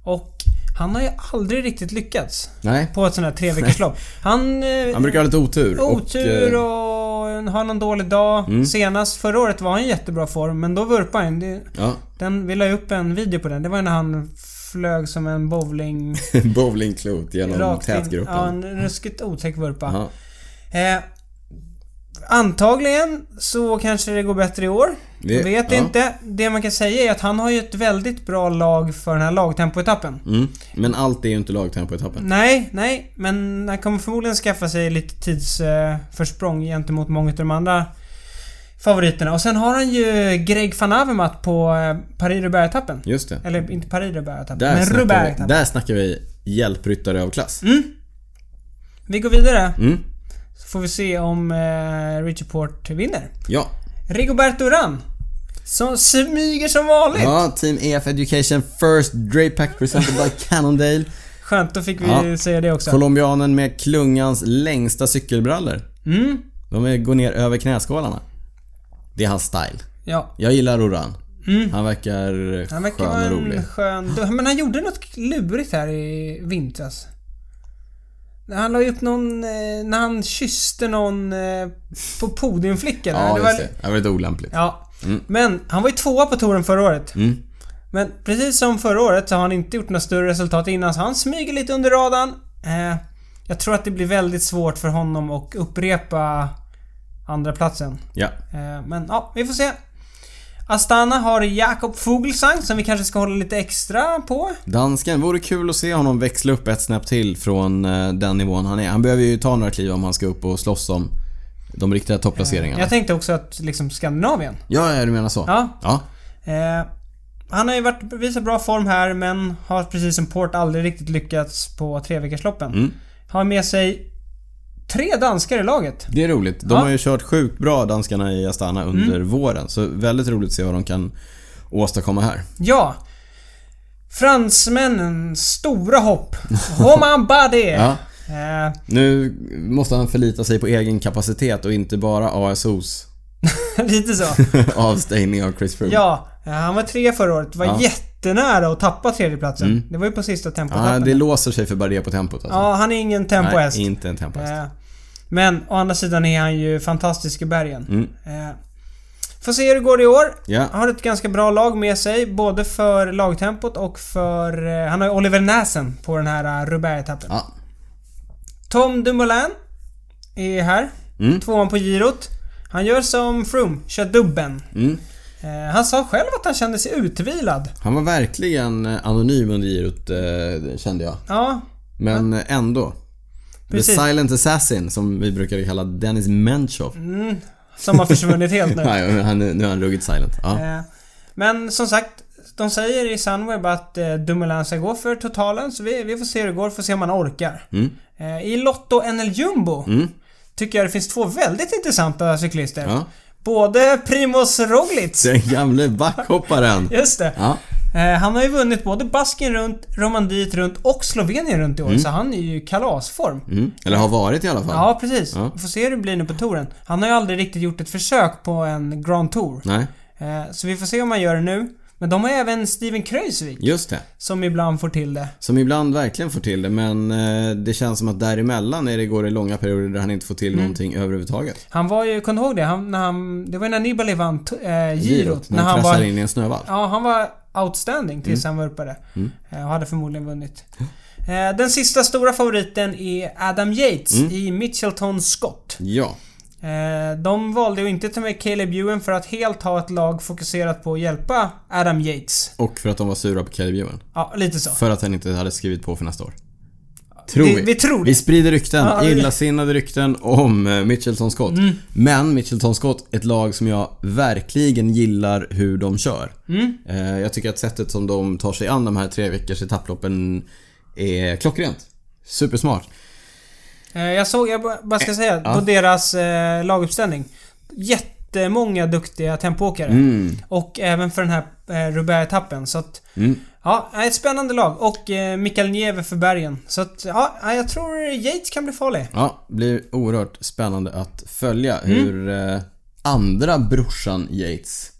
Och han har ju aldrig riktigt lyckats Nej, på ett sånt här treveckorslopp. Han... Eh, han brukar ha lite otur. otur eh, Mm. och har någon dålig dag. Senast förra året var han i jättebra form, men då vurpade han. Det- eh, Ja, *laughs* Den, vi la ju upp en video på den. Det var när han flög som en bowling... bowlingklot genom rakt in. Ja, tätgruppen. en ruskigt otäck vurpa. Ja. Eh, antagligen så kanske det går bättre i år. Det- Jag vet ja. inte. Det man kan säga är att han har ju ett väldigt bra lag för den här lagtempoetappen. Mm. Men allt är ju inte lagtempoetappen. Nej, nej, men han kommer förmodligen skaffa sig lite tidsförsprång gentemot många av de andra favoriterna. Och sen har han ju Greg van Avermaet på eh, Paris-Roubaix-etappen. Just det. Eller inte Paris-Roubaix-etappen, Där, men Mm. snackar vi, Roubaix-etappen. där snackar vi hjälpryttare av klass. Vi går vidare. Mm. Så får vi se om eh, Richie Port vinner. Ja. Rigoberto Urán. Som smyger som vanligt. ja, Team EF Education First Dray Pack presented by Cannondale. Skönt, då fick vi Ja. säga det också. Colombianen med klungans längsta cykelbrallor. Mm. De är- går ner över knäskålarna. Det är hans style. Ja. Jag gillar Oran. Han verkar, Mm. Han verkar skön vara och en rolig. skön... Men han gjorde något lurigt här i vintras. Han la ju upp någon... eh, När han kysste någon eh, på podiumflickan. Ja, det just var, det. Det var lite olämpligt. ja. Men han var ju tvåa på touren förra året. Mm. Men precis som förra året så har han inte gjort något större resultat innan, så han smyger lite under radarn. Eh, jag tror att det blir väldigt svårt för honom att upprepa andra platsen. Ja. Eh, men ja, vi får se. Astana har Jakob Fuglsang som vi kanske ska hålla lite extra på. Dansken, vore kul att se honom växla upp ett snäpp till från eh, den nivån han är. Han behöver ju ta några kliv om han ska upp och slåss om de riktiga topplaceringarna. Eh, Jag tänkte också att liksom Skandinavien. Ja, ja, du menar så? Ja. ja. Eh, han har ju varit, visat bra form här men har precis som Port aldrig riktigt lyckats på treveckorsloppen. Mm. Har med sig tre danskar i laget. Det är roligt. De Ja. Mm. har ju kört sjukt bra, danskarna i Astana, under våren. Så väldigt roligt att se vad de kan åstadkomma här. Ja. Fransmännen, *laughs* stora hopp. Romain Bardet. Ja. Eh, *laughs* Nu måste han förlita sig på egen kapacitet och inte bara ASOs lite så. *laughs* avstängning av Chris Froome. Ja, eh, han var tre förra året. Var Ja. Mm. jättenära att tappa tredjeplatsen. Det var ju på sista Ja, tempotappen. det låser sig för Bardet på tempot alltså. Ja, han är ingen tempohäst. Nej, inte en tempohäst. Eh, Men å andra sidan är han ju fantastisk i bergen. Eh, Får se hur det går i år. Mm. Ja. Har ett ganska bra lag med sig, både för lagtempot och för... eh, Han har ju Oliver Näsen på den här Roubaix-etappen. Ja. Tom Dumoulin är här. Mm. Tvåan på girot. Han gör som Froome, kör dubben. Mm. Eh, Han sa själv att han kände sig utvilad. Han var verkligen eh, anonym under girot, eh, kände jag. Ja, Men eh, ändå. Precis. The Silent Assassin, som vi brukade kalla Dennis Menchov. Mm. som har försvunnit helt nu. Nej, men han, nu har han ruggit silent. Ja. Eh, Men som sagt, de säger i Sunweb att eh, Dumoulin ska gå för totalen, så vi, vi får se hur det går, får se om han orkar. Eh, I Lotto NL Jumbo tycker jag det finns två väldigt intressanta cyklister. Ja. Både Primoz Roglic, Den gamle *laughs* backhopparen. just det. Ja. Eh, Han har ju vunnit både Basken runt, Romandiet runt och Slovenien runt i år, så han är ju i kalasform. Mm. Eller har varit i alla fall. Ja, precis. Ja. Får se hur det blir nu på touren. Han har ju aldrig riktigt gjort ett försök på en Grand Tour. Nej, Eh, Så vi får se om han gör det nu. Men de har ju även Steven Kreuzvik just det. som ibland får till det. Som ibland verkligen får till det men eh, det känns som att däremellan är det går det långa perioder där han inte får till Mm. någonting överhuvudtaget. Han var ju, kom du ihåg det? Han, när han, det var ju när Nibali vann t- eh, girot. när han var, kraschar in Mm. i en snövall. Ja, han var outstanding tills han vurpade. Eh, och hade förmodligen vunnit. Eh, den sista stora favoriten är Adam Yates Mm. i Mitchelton Scott. Ja. Eh, de valde att inte ta med Caleb Ewan för att helt ha ett lag fokuserat på att hjälpa Adam Yates. Och för att de var sura på Caleb Ewan. Ja, lite så. För att han inte hade skrivit på för nästa år. Tror Vi- vi. vi tror det. Vi sprider rykten, Ja, Mm. vi- illasinnade rykten om eh, Mitchelton Scott. Men Mitchelton Scott, ett lag som jag verkligen gillar hur de kör. Mm. Eh, Jag tycker att sättet som de tar sig an de här tre veckors etapploppen är klockrent. Supersmart. Eh, Jag såg, jag ba- bara ska säga, på deras eh, laguppställning. Jättemånga duktiga tempoåkare. Och även för den här eh, Roubaix-etappen. Så att, ja, eh, ett spännande lag. Och eh, Mikael Nieve för bergen. Så att, ja, eh, jag tror Yates kan bli farlig. Ja, blir oerhört spännande att följa hur Mm. eh, andra brorsan Yates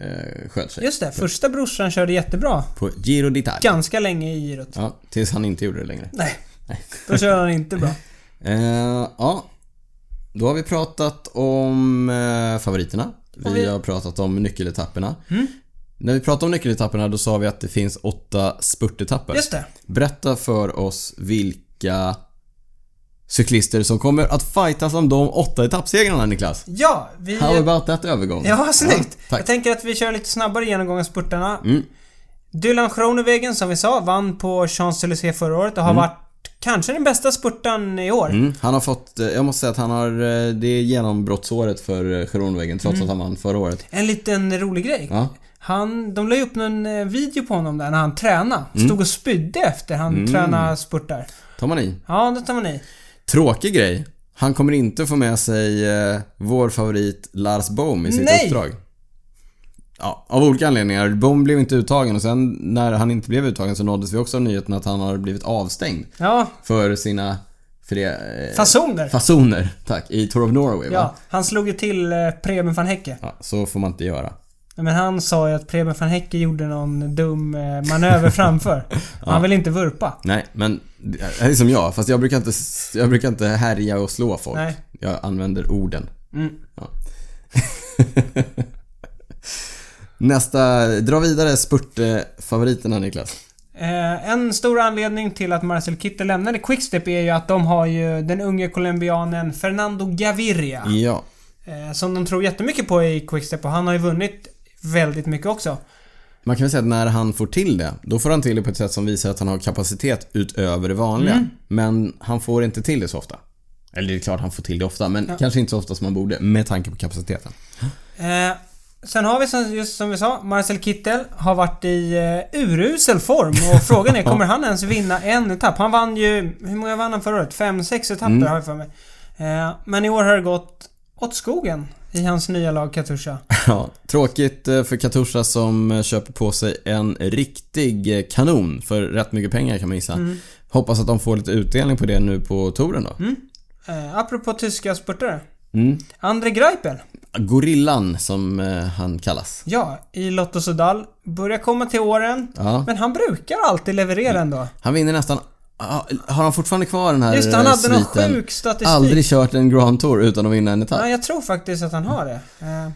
eh, sköt sig. Just det, första brorsan körde jättebra. På Giro d'Italia. Ganska länge i girot. Ja, tills han inte gjorde det längre. Nej, då körde han inte bra. Eh, ja. Då har vi pratat om eh, favoriterna. Vi, vi- Mm. har pratat om nyckeletapperna. När vi pratade om nyckeletapperna då sa vi att det finns åtta spurtetapper. Just det. Berätta för oss vilka cyklister som kommer att fightas om de åtta etappsegrarna Niklas. Ja, vi... How about that övergång? Ja, snyggt. tack. Mm. jag tänker att vi kör lite snabbare genomgång av spurtarna. Dylan Schronewegen, som vi sa, vann på Champs-Élysées förra året och har varit kanske den bästa spurtaren i år. Mm, han har fått, eh, jag måste säga att han har, eh, det är genombrottsåret för Geronvägen trots Mm. att han vann förra året. En liten rolig grej. Ja. Han, de la ju upp någon eh, video på honom där när han tränade. Mm. Stod och spydde efter han tränade spurtar. Tar man i. Ja, det tar man i. Tråkig grej. Han kommer inte få med sig eh, vår favorit Lars Bohm i sitt Nej! uppdrag. Ja, av olika anledningar. Bohm blev inte uttagen och sen när han inte blev uttagen så nåddes vi också av nyheten att han har blivit avstängd Ja, för sina för det, eh, fasoner. fasoner. Tack. I Tour of Norway va? Ja, han slog ju till eh, Preben van Häcke. ja. Så får man inte göra. Men han sa ju att Preben van Häcke gjorde någon dum eh, *laughs* manöver framför. Och Han vill inte vurpa. Nej, men det är som jag. Fast jag brukar inte, jag brukar inte härja och slå folk. Nej. Mm. Jag använder orden. Ja. *laughs* Nästa, dra vidare spurtfavoriterna Niklas. Eh, en stor anledning till att Marcel Kittel lämnade Quickstep är ju att de har ju den unge colombianen Fernando Gaviria. Ja. Eh, som de tror jättemycket på i Quickstep och han har ju vunnit väldigt mycket också. Man kan väl säga att när han får till det, då får han till det på ett Mm. sätt som visar att han har kapacitet utöver det vanliga. Men han får inte till det så ofta. Eller det är klart han får till det ofta, men Ja. kanske inte så ofta som man borde med tanke på kapaciteten. Eh, sen har vi som, just som vi sa, Marcel Kittel har varit i eh, urusel form och frågan är kommer han ens vinna en etapp? Han vann ju, hur många vann han förra året? Fem, sex etapper Mm. har jag för mig. Eh, men i år har det gått åt skogen i hans nya lag Katusha. Ja, tråkigt eh, för Katusha som eh, köper på sig en riktig eh, kanon för rätt mycket pengar kan man gissa. Mm. Hoppas att de får lite utdelning på det nu på touren då. Eh, apropå tyska spurtare. Mm. Andre Greipel, Gorillan som eh, han kallas. ja, i Lotto Sudal. Börjar komma till åren. Ja. Men han brukar alltid leverera ändå. Han vinner nästan... ah, Har han fortfarande kvar den här Just det, han eh, hade någon sviten? sjuk statistik. Aldrig kört en Grand Tour utan att vinna en etapp. Ja, jag tror faktiskt att han har det. Eh,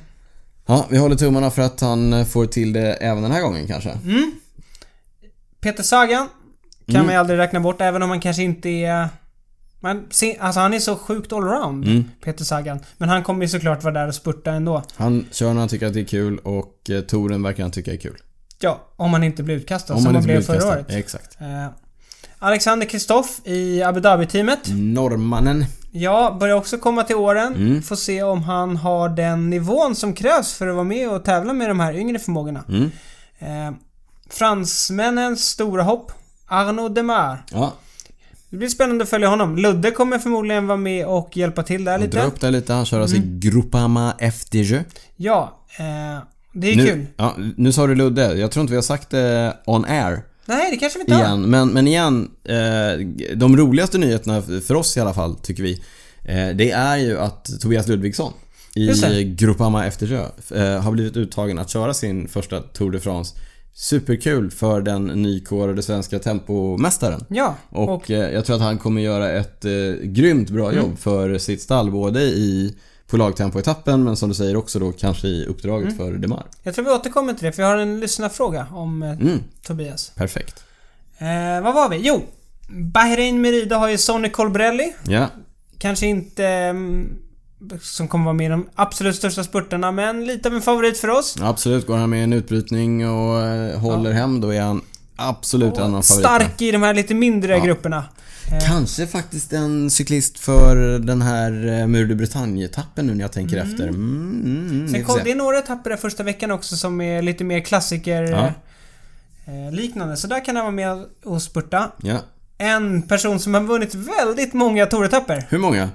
Ja, vi håller tummarna för att han eh, får till det även den här gången kanske. Mm. Peter Sagan kan Mm. man ju aldrig räkna bort, även om han kanske inte är... Man ser, alltså han är så sjukt allround, Mm. Peter Sagan. Men han kommer ju såklart vara där och spurta ändå. Han kör när han tycker att det är kul och eh, touren verkar han tycka är kul. Ja, om han inte blir utkastad Om som han han inte blev blir förra utkastad. året. Exakt. Eh, Alexander Kristoff i Abu Dhabi-teamet. Norrmannen. Ja, börjar också komma till åren. Mm. Får se om han har den nivån som krävs för att vara med och tävla med de här yngre förmågorna. Mm. Eh, fransmännens stora hopp, Arnaud Demar. Ja, Det blir spännande att följa honom. Ludde kommer förmodligen vara med och hjälpa till där Dra lite. Mm. upp det lite. Han kör alltså i Groupama FDJ. Ja, eh, det är kul. Nu, ja, nu sa du Ludde. Jag tror inte vi har sagt det on air Nej, det kanske vi inte har. igen. Men, men igen, eh, de roligaste nyheterna för oss i alla fall, tycker vi. Eh, det är ju att Tobias Ludvigsson Just det. i Groupama FDJ eh, har blivit uttagen att köra sin första Tour de France. Superkul för den nykårade svenska tempomästaren. Ja, Och, och, Mm. eh, jag tror att han kommer göra ett eh, grymt bra jobb för sitt stall. Både i på lagtempoetappen men som du säger också då kanske i uppdraget Mm. för Demar. jag tror vi återkommer till det för jag har en lyssnarfråga om eh, Mm, Tobias. perfekt. Eh, vad var vi? Jo, Bahrain Merida har ju Sonny Colbrelli. Ja, Kanske inte mm, som kommer vara med i de absolut största spurtarna men lite av en favorit för oss. absolut. Går han med i en utbrytning och eh, håller hem då är han absolut en av favoriterna. Stark i de här lite mindre grupperna. Kanske faktiskt en cyklist för den här eh, Mur de Bretagne-etappen nu när jag tänker efter. Mm, mm, mm, vi Sen får kom, se. det är några etapper där första veckan också som är lite mer klassiker Ja. eh, liknande. Så där kan han vara med och spurta. Ja. En person som har vunnit väldigt många touretapper. Hur många?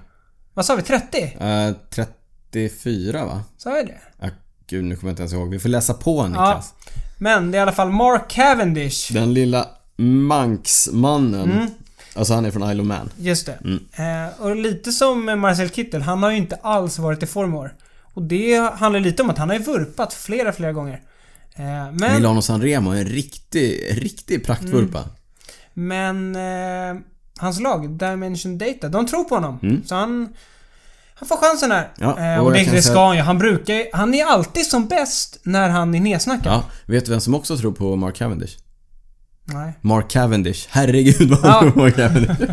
Vad sa vi? 30? Eh, 34 va? Sa jag det? Ah, gud, nu kommer jag inte ens ihåg. Vi får läsa på Ja. Niklas. Men det är i alla fall Mark Cavendish. Den lilla Manx-mannen. Mm. Alltså han är från Isle of Man. Just det. Mm. Eh, och lite som Marcel Kittel, han har ju inte alls varit i form i år. Och det handlar lite om att han har ju vurpat flera, flera gånger. Eh, men, Milano Sanremo är en riktig, riktig praktvurpa. Mm. men eh, hans lag, Dimension Data, de tror på honom. Så han, han får chansen här. Mm. Ja, eh, och och jag det, kan det säga- ska han ju. Han brukar ju- Han är alltid som bäst när han är nedsnackad. Ja, vet du vem som också tror på Mark Cavendish? Nej. Mark Cavendish. Herregud vad han Ja. tror på Mark Cavendish. *laughs*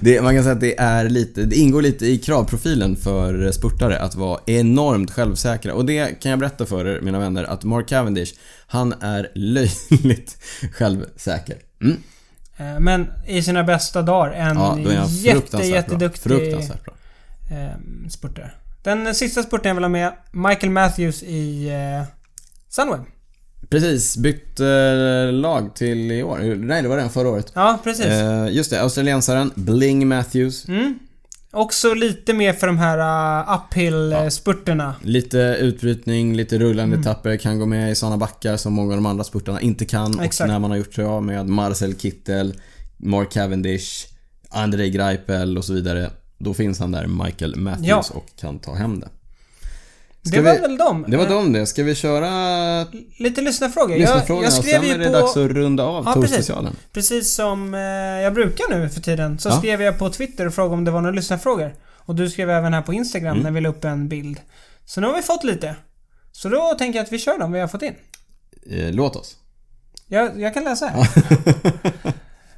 Det, man kan säga att det, är lite, det ingår lite i kravprofilen för spurtare att vara enormt självsäkra. Och det kan jag berätta för er, mina vänner, att Mark Cavendish, han är löjligt självsäker. Mm. Eh, men i sina bästa dagar en Ja, då är han jätte, fruktansvärt bra. jätteduktig Fruktansvärt bra. eh, spurtare. Den sista spurten jag vill ha med, Michael Matthews i eh, Sunweb. Precis, bytt eh, lag till i år. Nej, det var den förra året. Ja, precis. Eh, just det, australiensaren Bling Matthews. Mm. Också lite mer för de här uh, uphill-spurterna. Lite utbrytning, lite rullande Mm. etapper, kan gå med i sådana backar som många av de andra spurtarna inte kan. Exakt. Och när man har gjort sig av med Marcel Kittel, Mark Cavendish, Andrei Greipel och så vidare. Då finns han där, Michael Matthews, Ja. och kan ta hem det. Ska det var vi- väl dem. Det var Eh, de det. Ska vi köra Lite lyssnarfrågor. Jag, lyssnarfrågorna? jag och skrev Sen är ju det på... dags att runda av Ja, precis. Tourspecialen. Precis som eh, jag brukar nu för tiden så Ja. skrev jag på Twitter och frågade om det var några lyssnarfrågor. Och du skrev även här på Instagram Mm. när vi la upp en bild. Så nu har vi fått lite. Så då tänker jag att vi kör dem vi har fått in. Eh, låt oss. Jag, jag kan *laughs* läsa här.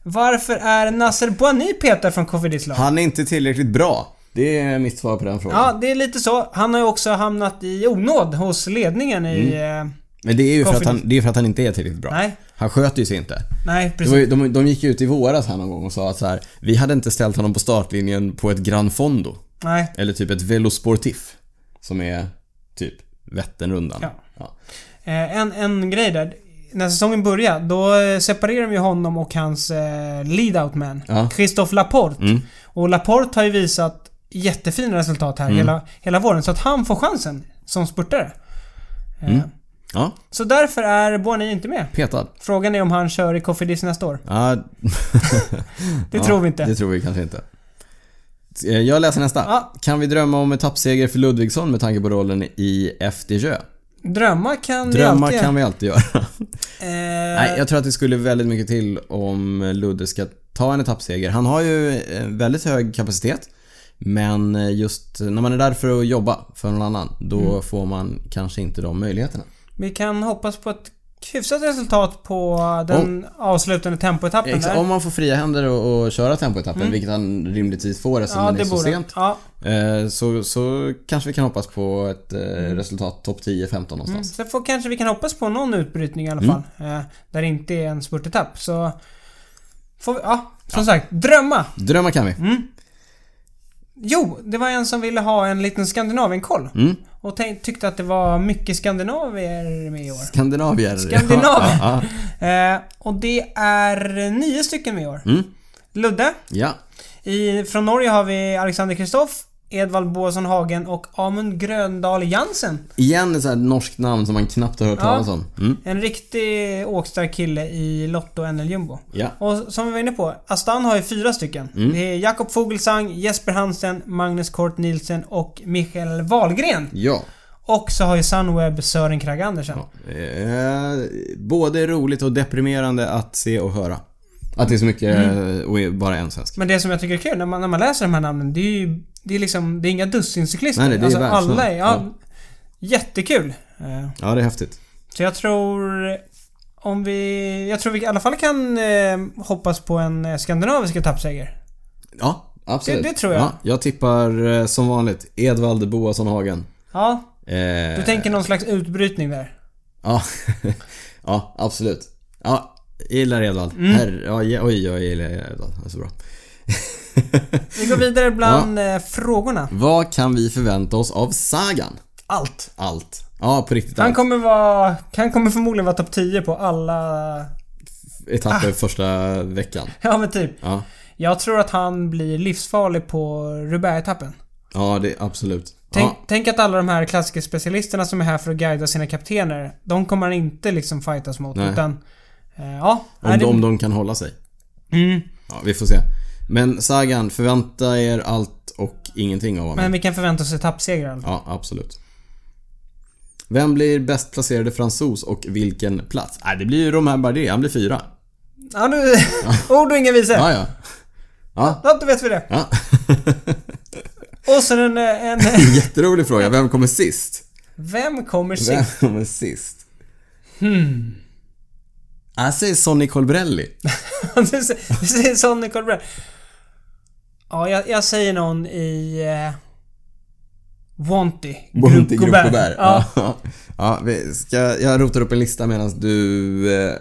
Varför är Nasser Bouani petad från Covidis lag? Han är inte tillräckligt bra. Det är mitt svar på den frågan. Mm. Ja, det är lite så. Han har ju också hamnat i onåd hos ledningen i eh, Men det är ju för att Confident. han, det är för att han inte är tillräckligt bra. Nej. Han sköter ju sig inte. Nej, Det precis. var ju, de, de gick ju ut i våras här någon gång och sa att så här, vi hade inte ställt honom på startlinjen på ett Gran Fondo. Nej. Eller typ ett Velosportif. Som är typ Vätternrundan. Ja. Ja. Eh, En, en grej där. När säsongen börjar, då eh, separerar de ju honom och hans eh, lead-out man. Ja. Christophe Laporte. Mm. Och Laporte har ju visat jättefina resultat Mm. här hela, hela våren. Så att han får chansen som spurtare. Eh, ja, Så därför är Boani inte med. petad. Frågan är om han kör i Cofidis nästa år. Ja, Det tror vi inte. *laughs* det tror vi kanske inte. Eh, Jag läser nästa. Ja. Kan vi drömma om etappseger för Ludvigsson med tanke på rollen i FDJ? Drömmar kan vi Drömmar alltid kan vi alltid göra. Eh, Nej, jag tror att det skulle väldigt mycket till om Ludde ska ta en etappseger. Han har ju eh, väldigt hög kapacitet. Men eh, just när man är där för att jobba för någon annan, då Mm. får man kanske inte de möjligheterna. Vi kan hoppas på ett hyfsat resultat på den avslutande tempoetappen Ex- där. Om man får fria händer och, och köra tempoetappen, vilket han rimligtvis får eftersom den är så borde- sent. Mm. Ja, eh, Så, så kanske vi kan hoppas på ett eh, Mm. resultat topp 10-15 någonstans. så får, kanske vi kan hoppas på någon utbrytning i alla Mm. fall. Eh, där det inte är en spurtetapp. Så... Får vi, ja, som sagt. Drömma! Drömmar kan vi. Mm. Jo, det var en som ville ha en liten Skandinavien-koll. Mm. Och tänk, tyckte att det var mycket skandinavier med i år. Skandinavier. Skandinavier. *laughs* ja, Eh, och det är nio stycken med i år. ja. Mm. Ludde. ja. I, från Norge har vi Alexander Kristoff, Edvald Boasson Hagen och Amund Gröndal Jansen. Igen ett sånt här norskt namn som man knappt har hört Ja. talas om. Mm. En riktig åkstark kille i Lotto NL Jumbo. Ja. Mm. Och som vi var inne på, Astan har ju fyra stycken. Det är Jakob Fogelsang, Jesper Hansen, Magnus Kort Nielsen och Mikael Wahlgren. Ja. Och så har ju Sunweb Sören Kragh Andersen. Eh, både roligt och deprimerande att se och höra. Att det är så mycket eh, och är bara en svensk. Men det som jag tycker är kul när man, när man läser de här namnen, det är ju... Det är liksom, det är inga dussincyklister. Nej, nej, det är alltså, världsnamn. alla är, ja, Ja. Jättekul. Eh, Ja, det är häftigt. Så jag tror... Om vi... Jag tror vi i alla fall kan eh, hoppas på en eh, skandinavisk etappseger. Ja, absolut. Det- det tror jag. Ja, jag tippar eh, som vanligt Edvald Boasson Hagen. Ja, Eh, du tänker någon slags utbrytning där. Ja, *laughs* ja absolut. Ja, jag gillar Edvald. Mm. Herre, ja, ja, oj, jag gillar Edvald. Han är så bra. Vi Mm. går vidare bland eh, frågorna. Vad kan vi förvänta oss av Sagan? Allt. Allt. Ja, på riktigt Han allt. kommer vara... Han kommer förmodligen vara topp 10 på alla... Etapper Ah. första veckan. Ja men typ. Ja, Jag tror att han blir livsfarlig på Roubaix-etappen. ja det absolut. Tänk, ja. tänk att alla de här klassikerspecialisterna som är här för att guida sina kaptener, de kommer han inte liksom fightas mot. Nej. Utan... Eh, ja. Om nej, de, om de kan hålla sig. Mm. Ja, vi får se. Men Sagan, förvänta er allt och ingenting av honom. Men vi kan förvänta oss etappsegrar i alla fall. Ja, absolut. Vem blir bäst placerade fransos och vilken plats? Nej, det blir ju Romain Bardet. Han blir fyra. Ja, nu... *laughs* Ord och inga visor. Ja, ja. Ja, Ja, då vet vi det. ja. *laughs* Och sen en... eh, en Jätterolig fråga. Vem kommer sist? vem kommer Vem sist? kommer sist? Hmm. Jag säger Sonny *laughs* Colbrelli. Du säger- du säger Sonny Colbrelli. Ja, jag, jag säger någon i... Eh, Wanty. Bonte Gruppebär. Gobert. Ja. *laughs* Ja. ja, vi ska, jag rotar upp en lista medan du eh,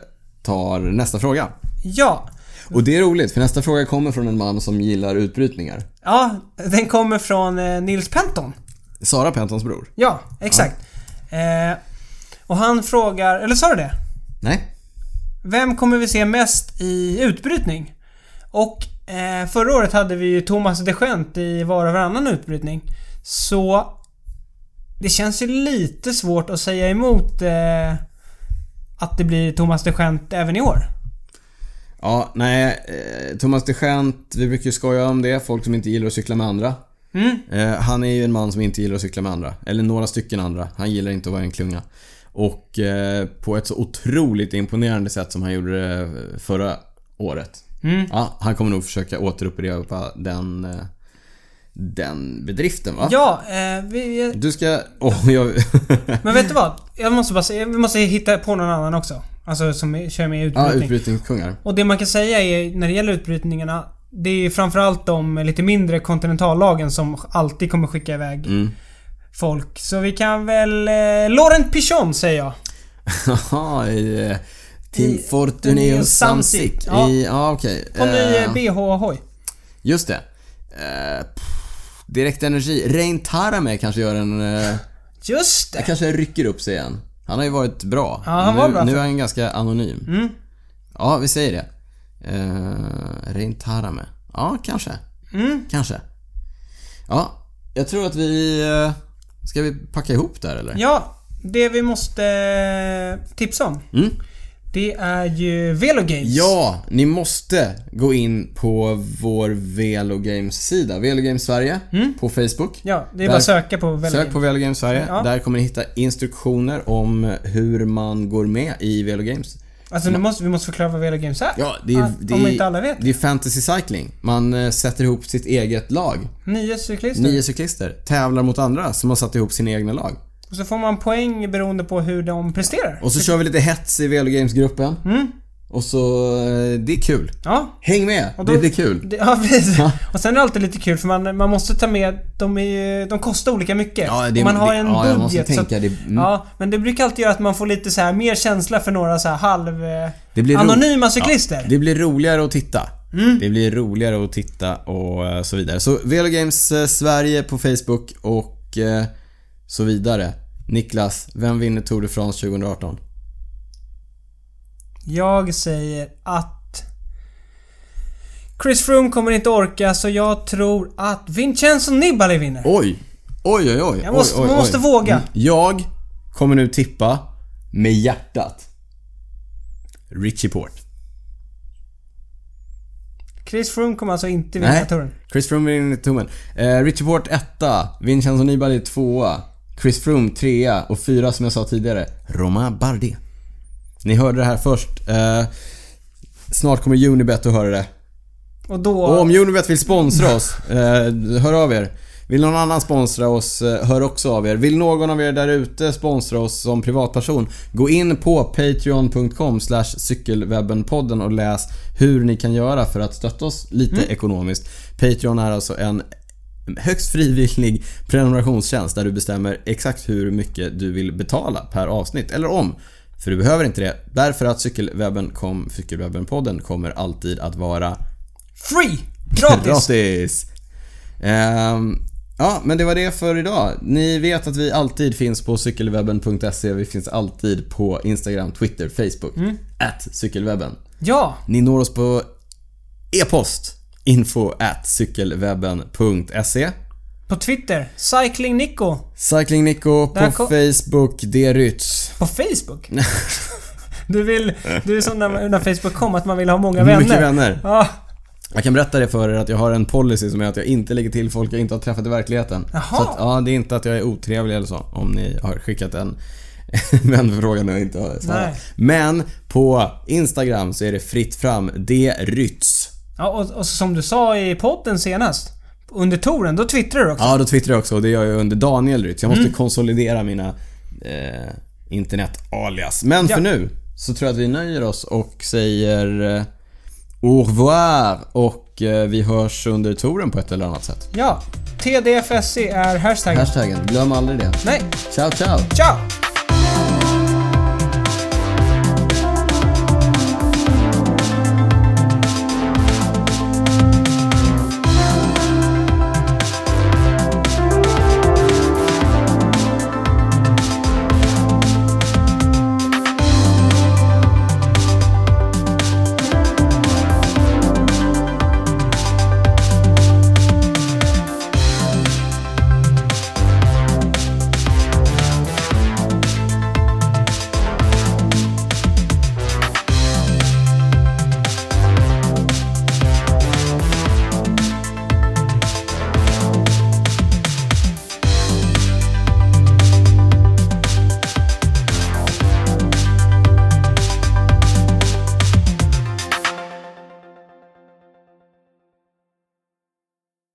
tar nästa fråga. ja. Och det är roligt, för nästa fråga kommer från en man som gillar utbrytningar. Ja, den kommer från eh, Nils Penton. Sara Pentons bror? Ja, exakt. Eh, och han frågar... Eller sa du det? Nej. Vem kommer vi se mest i utbrytning? Och eh, förra året hade vi ju Thomas Deschent i var och varannan utbrytning. Så det känns ju lite svårt att säga emot eh, att det blir Thomas Deschent även i år. Ja, nej. Eh, Thomas Deschamps, vi brukar ju skoja om det, folk som inte gillar att cykla med andra. Mm. Eh, han är ju en man som inte gillar att cykla med andra. Eller några stycken andra. Han gillar inte att vara i en klunga. Och eh, på ett så otroligt imponerande sätt som han gjorde det förra året. Mm. Ja, han kommer nog försöka återupprepa den, eh, den bedriften va? Ja, eh, vi, Du ska... Åh, jag... *laughs* men vet du vad? Jag måste bara säga, vi måste hitta på någon annan också. Alltså som är- kör med i ja, utbrytning. utbrytningskungar. Och det man kan säga är, när det gäller utbrytningarna, det är ju framförallt de lite mindre kontinentallagen som alltid kommer skicka iväg Mm. folk. Så vi kan väl... Eh, Laurent Pichon säger jag. Jaha, i eh, Team I- Fortunaeus Samsic. Samsic. Ja. I, ja, okej. På ny Eh, eh, BH-hoj. Just det. Eh, pff, direkt energi. Rein Tarame kanske gör en... Eh, Just det! kanske rycker upp sig igen. Han har ju varit bra. Ja, han nu, var bra Mm. Nu för- är han ganska anonym. Ja, vi säger det. Eh, Rein Tarame. Ja, kanske. Mm. Kanske. Ja, jag tror att vi... eh, Ska vi packa ihop där eller? Ja, det vi måste eh, tipsa om. Mm. Det är ju Velogames. Ja, ni måste gå in på vår Velo Games sida. Velo Games Sverige på Facebook. Mm. Ja, det är Där- bara att söka på Velogames. Sök på Velo Games Sverige. Ja. Där kommer ni hitta instruktioner om hur man går med i Velo Games. Alltså nu måste, vi måste förklara vad Velogames är. Ja, det är, Att- det, om är, inte alla vet. det är fantasy cycling. Man eh, sätter ihop sitt eget lag. Nio cyklister. Nio cyklister tävlar mot andra som har satt ihop sina egna lag. Och så får man poäng beroende på hur de presterar. Och så kör vi lite hets i Velo Games-gruppen. Mm. Och så, eh, det är kul. Ja, Häng med! Och då- Det blir kul. Det, ja, *laughs* precis. Och sen är det alltid lite kul för man, man måste ta med, de, är ju, de kostar olika mycket. Ja, det- Och man har det- en ja, budget. jag måste så tänka, att, det- mm. Ja, men det brukar alltid göra att man får lite så här mer känsla för några så här halv... eh, Det blir ro- anonyma cyklister. Det blir roligare att titta. Det blir roligare att titta och eh, så vidare. Så Velo Games eh, Sverige på Facebook och eh, så vidare. Niklas, vem vinner Tour de France 2018? Jag säger att... Chris Froome kommer inte orka så jag tror att Vincenzo Nibali vinner. Oj! Oj, oj, oj. Jag måste- oj, oj, man måste oj. våga. Mm. Jag kommer nu tippa med hjärtat. Richie Port. Chris Froome kommer alltså inte vinna Nej. touren. Chris Froome vinner tummen. Eh, Richie Port etta. Vincenzo Nibali tvåa. Chris Froome trea. Och fyra som jag sa tidigare. Romain Bardet. Ni hörde det här först. Eh, snart kommer Unibet att höra det. Och då... Och om Unibet vill sponsra oss, eh, hör av er. Vill någon annan sponsra oss, eh, hör också av er. Vill någon av er där ute sponsra oss som privatperson, gå in på patreon.com slash cykelwebbenpodden och läs hur ni kan göra för att stötta oss lite ekonomiskt. Patreon är alltså en högst frivillig prenumerationstjänst där du bestämmer exakt hur mycket du vill betala per avsnitt eller om. För du behöver inte det, därför att cykelwebben kom, cykelwebben-podden kommer alltid att vara Free! *laughs* Gratis! Gratis. Ehm, ja, men det var det för idag. Ni vet att vi alltid finns på cykelwebben.se. Vi finns alltid på Instagram, Twitter, Facebook. Mm. At cykelwebben. Ja! Ni når oss på e-post. Info at cykelwebben.se. På Twitter. Cycling Nico. Cycling Nico Där på kom- Facebook, det rytts. På Facebook? du vill... Du är som när, när Facebook kom, att man vill ha många *laughs* vänner. Mycket vänner. Ja. Jag kan berätta det för er att jag har en policy som är att jag inte lägger till folk jag inte har träffat i verkligheten. Jaha. Så att, ja, det är inte att jag är otrevlig eller så om ni har skickat en *laughs* vänförfrågan och inte har svarat. Nej. Men på Instagram så är det fritt fram. Det rytts. ja och, och som du sa i podden senast. Under touren, då twittrar du också. Ja, då twittrar jag också och det gör jag under Daniel Rytz. Jag måste Mm. konsolidera mina eh, internet-alias. Men Ja. för nu så tror jag att vi nöjer oss och säger eh, au revoir och eh, vi hörs under touren på ett eller annat sätt. Ja. TDFSC är hashtaggen. Hashtaggen, glöm aldrig det. E Nej. Ciao, ciao! Ciao!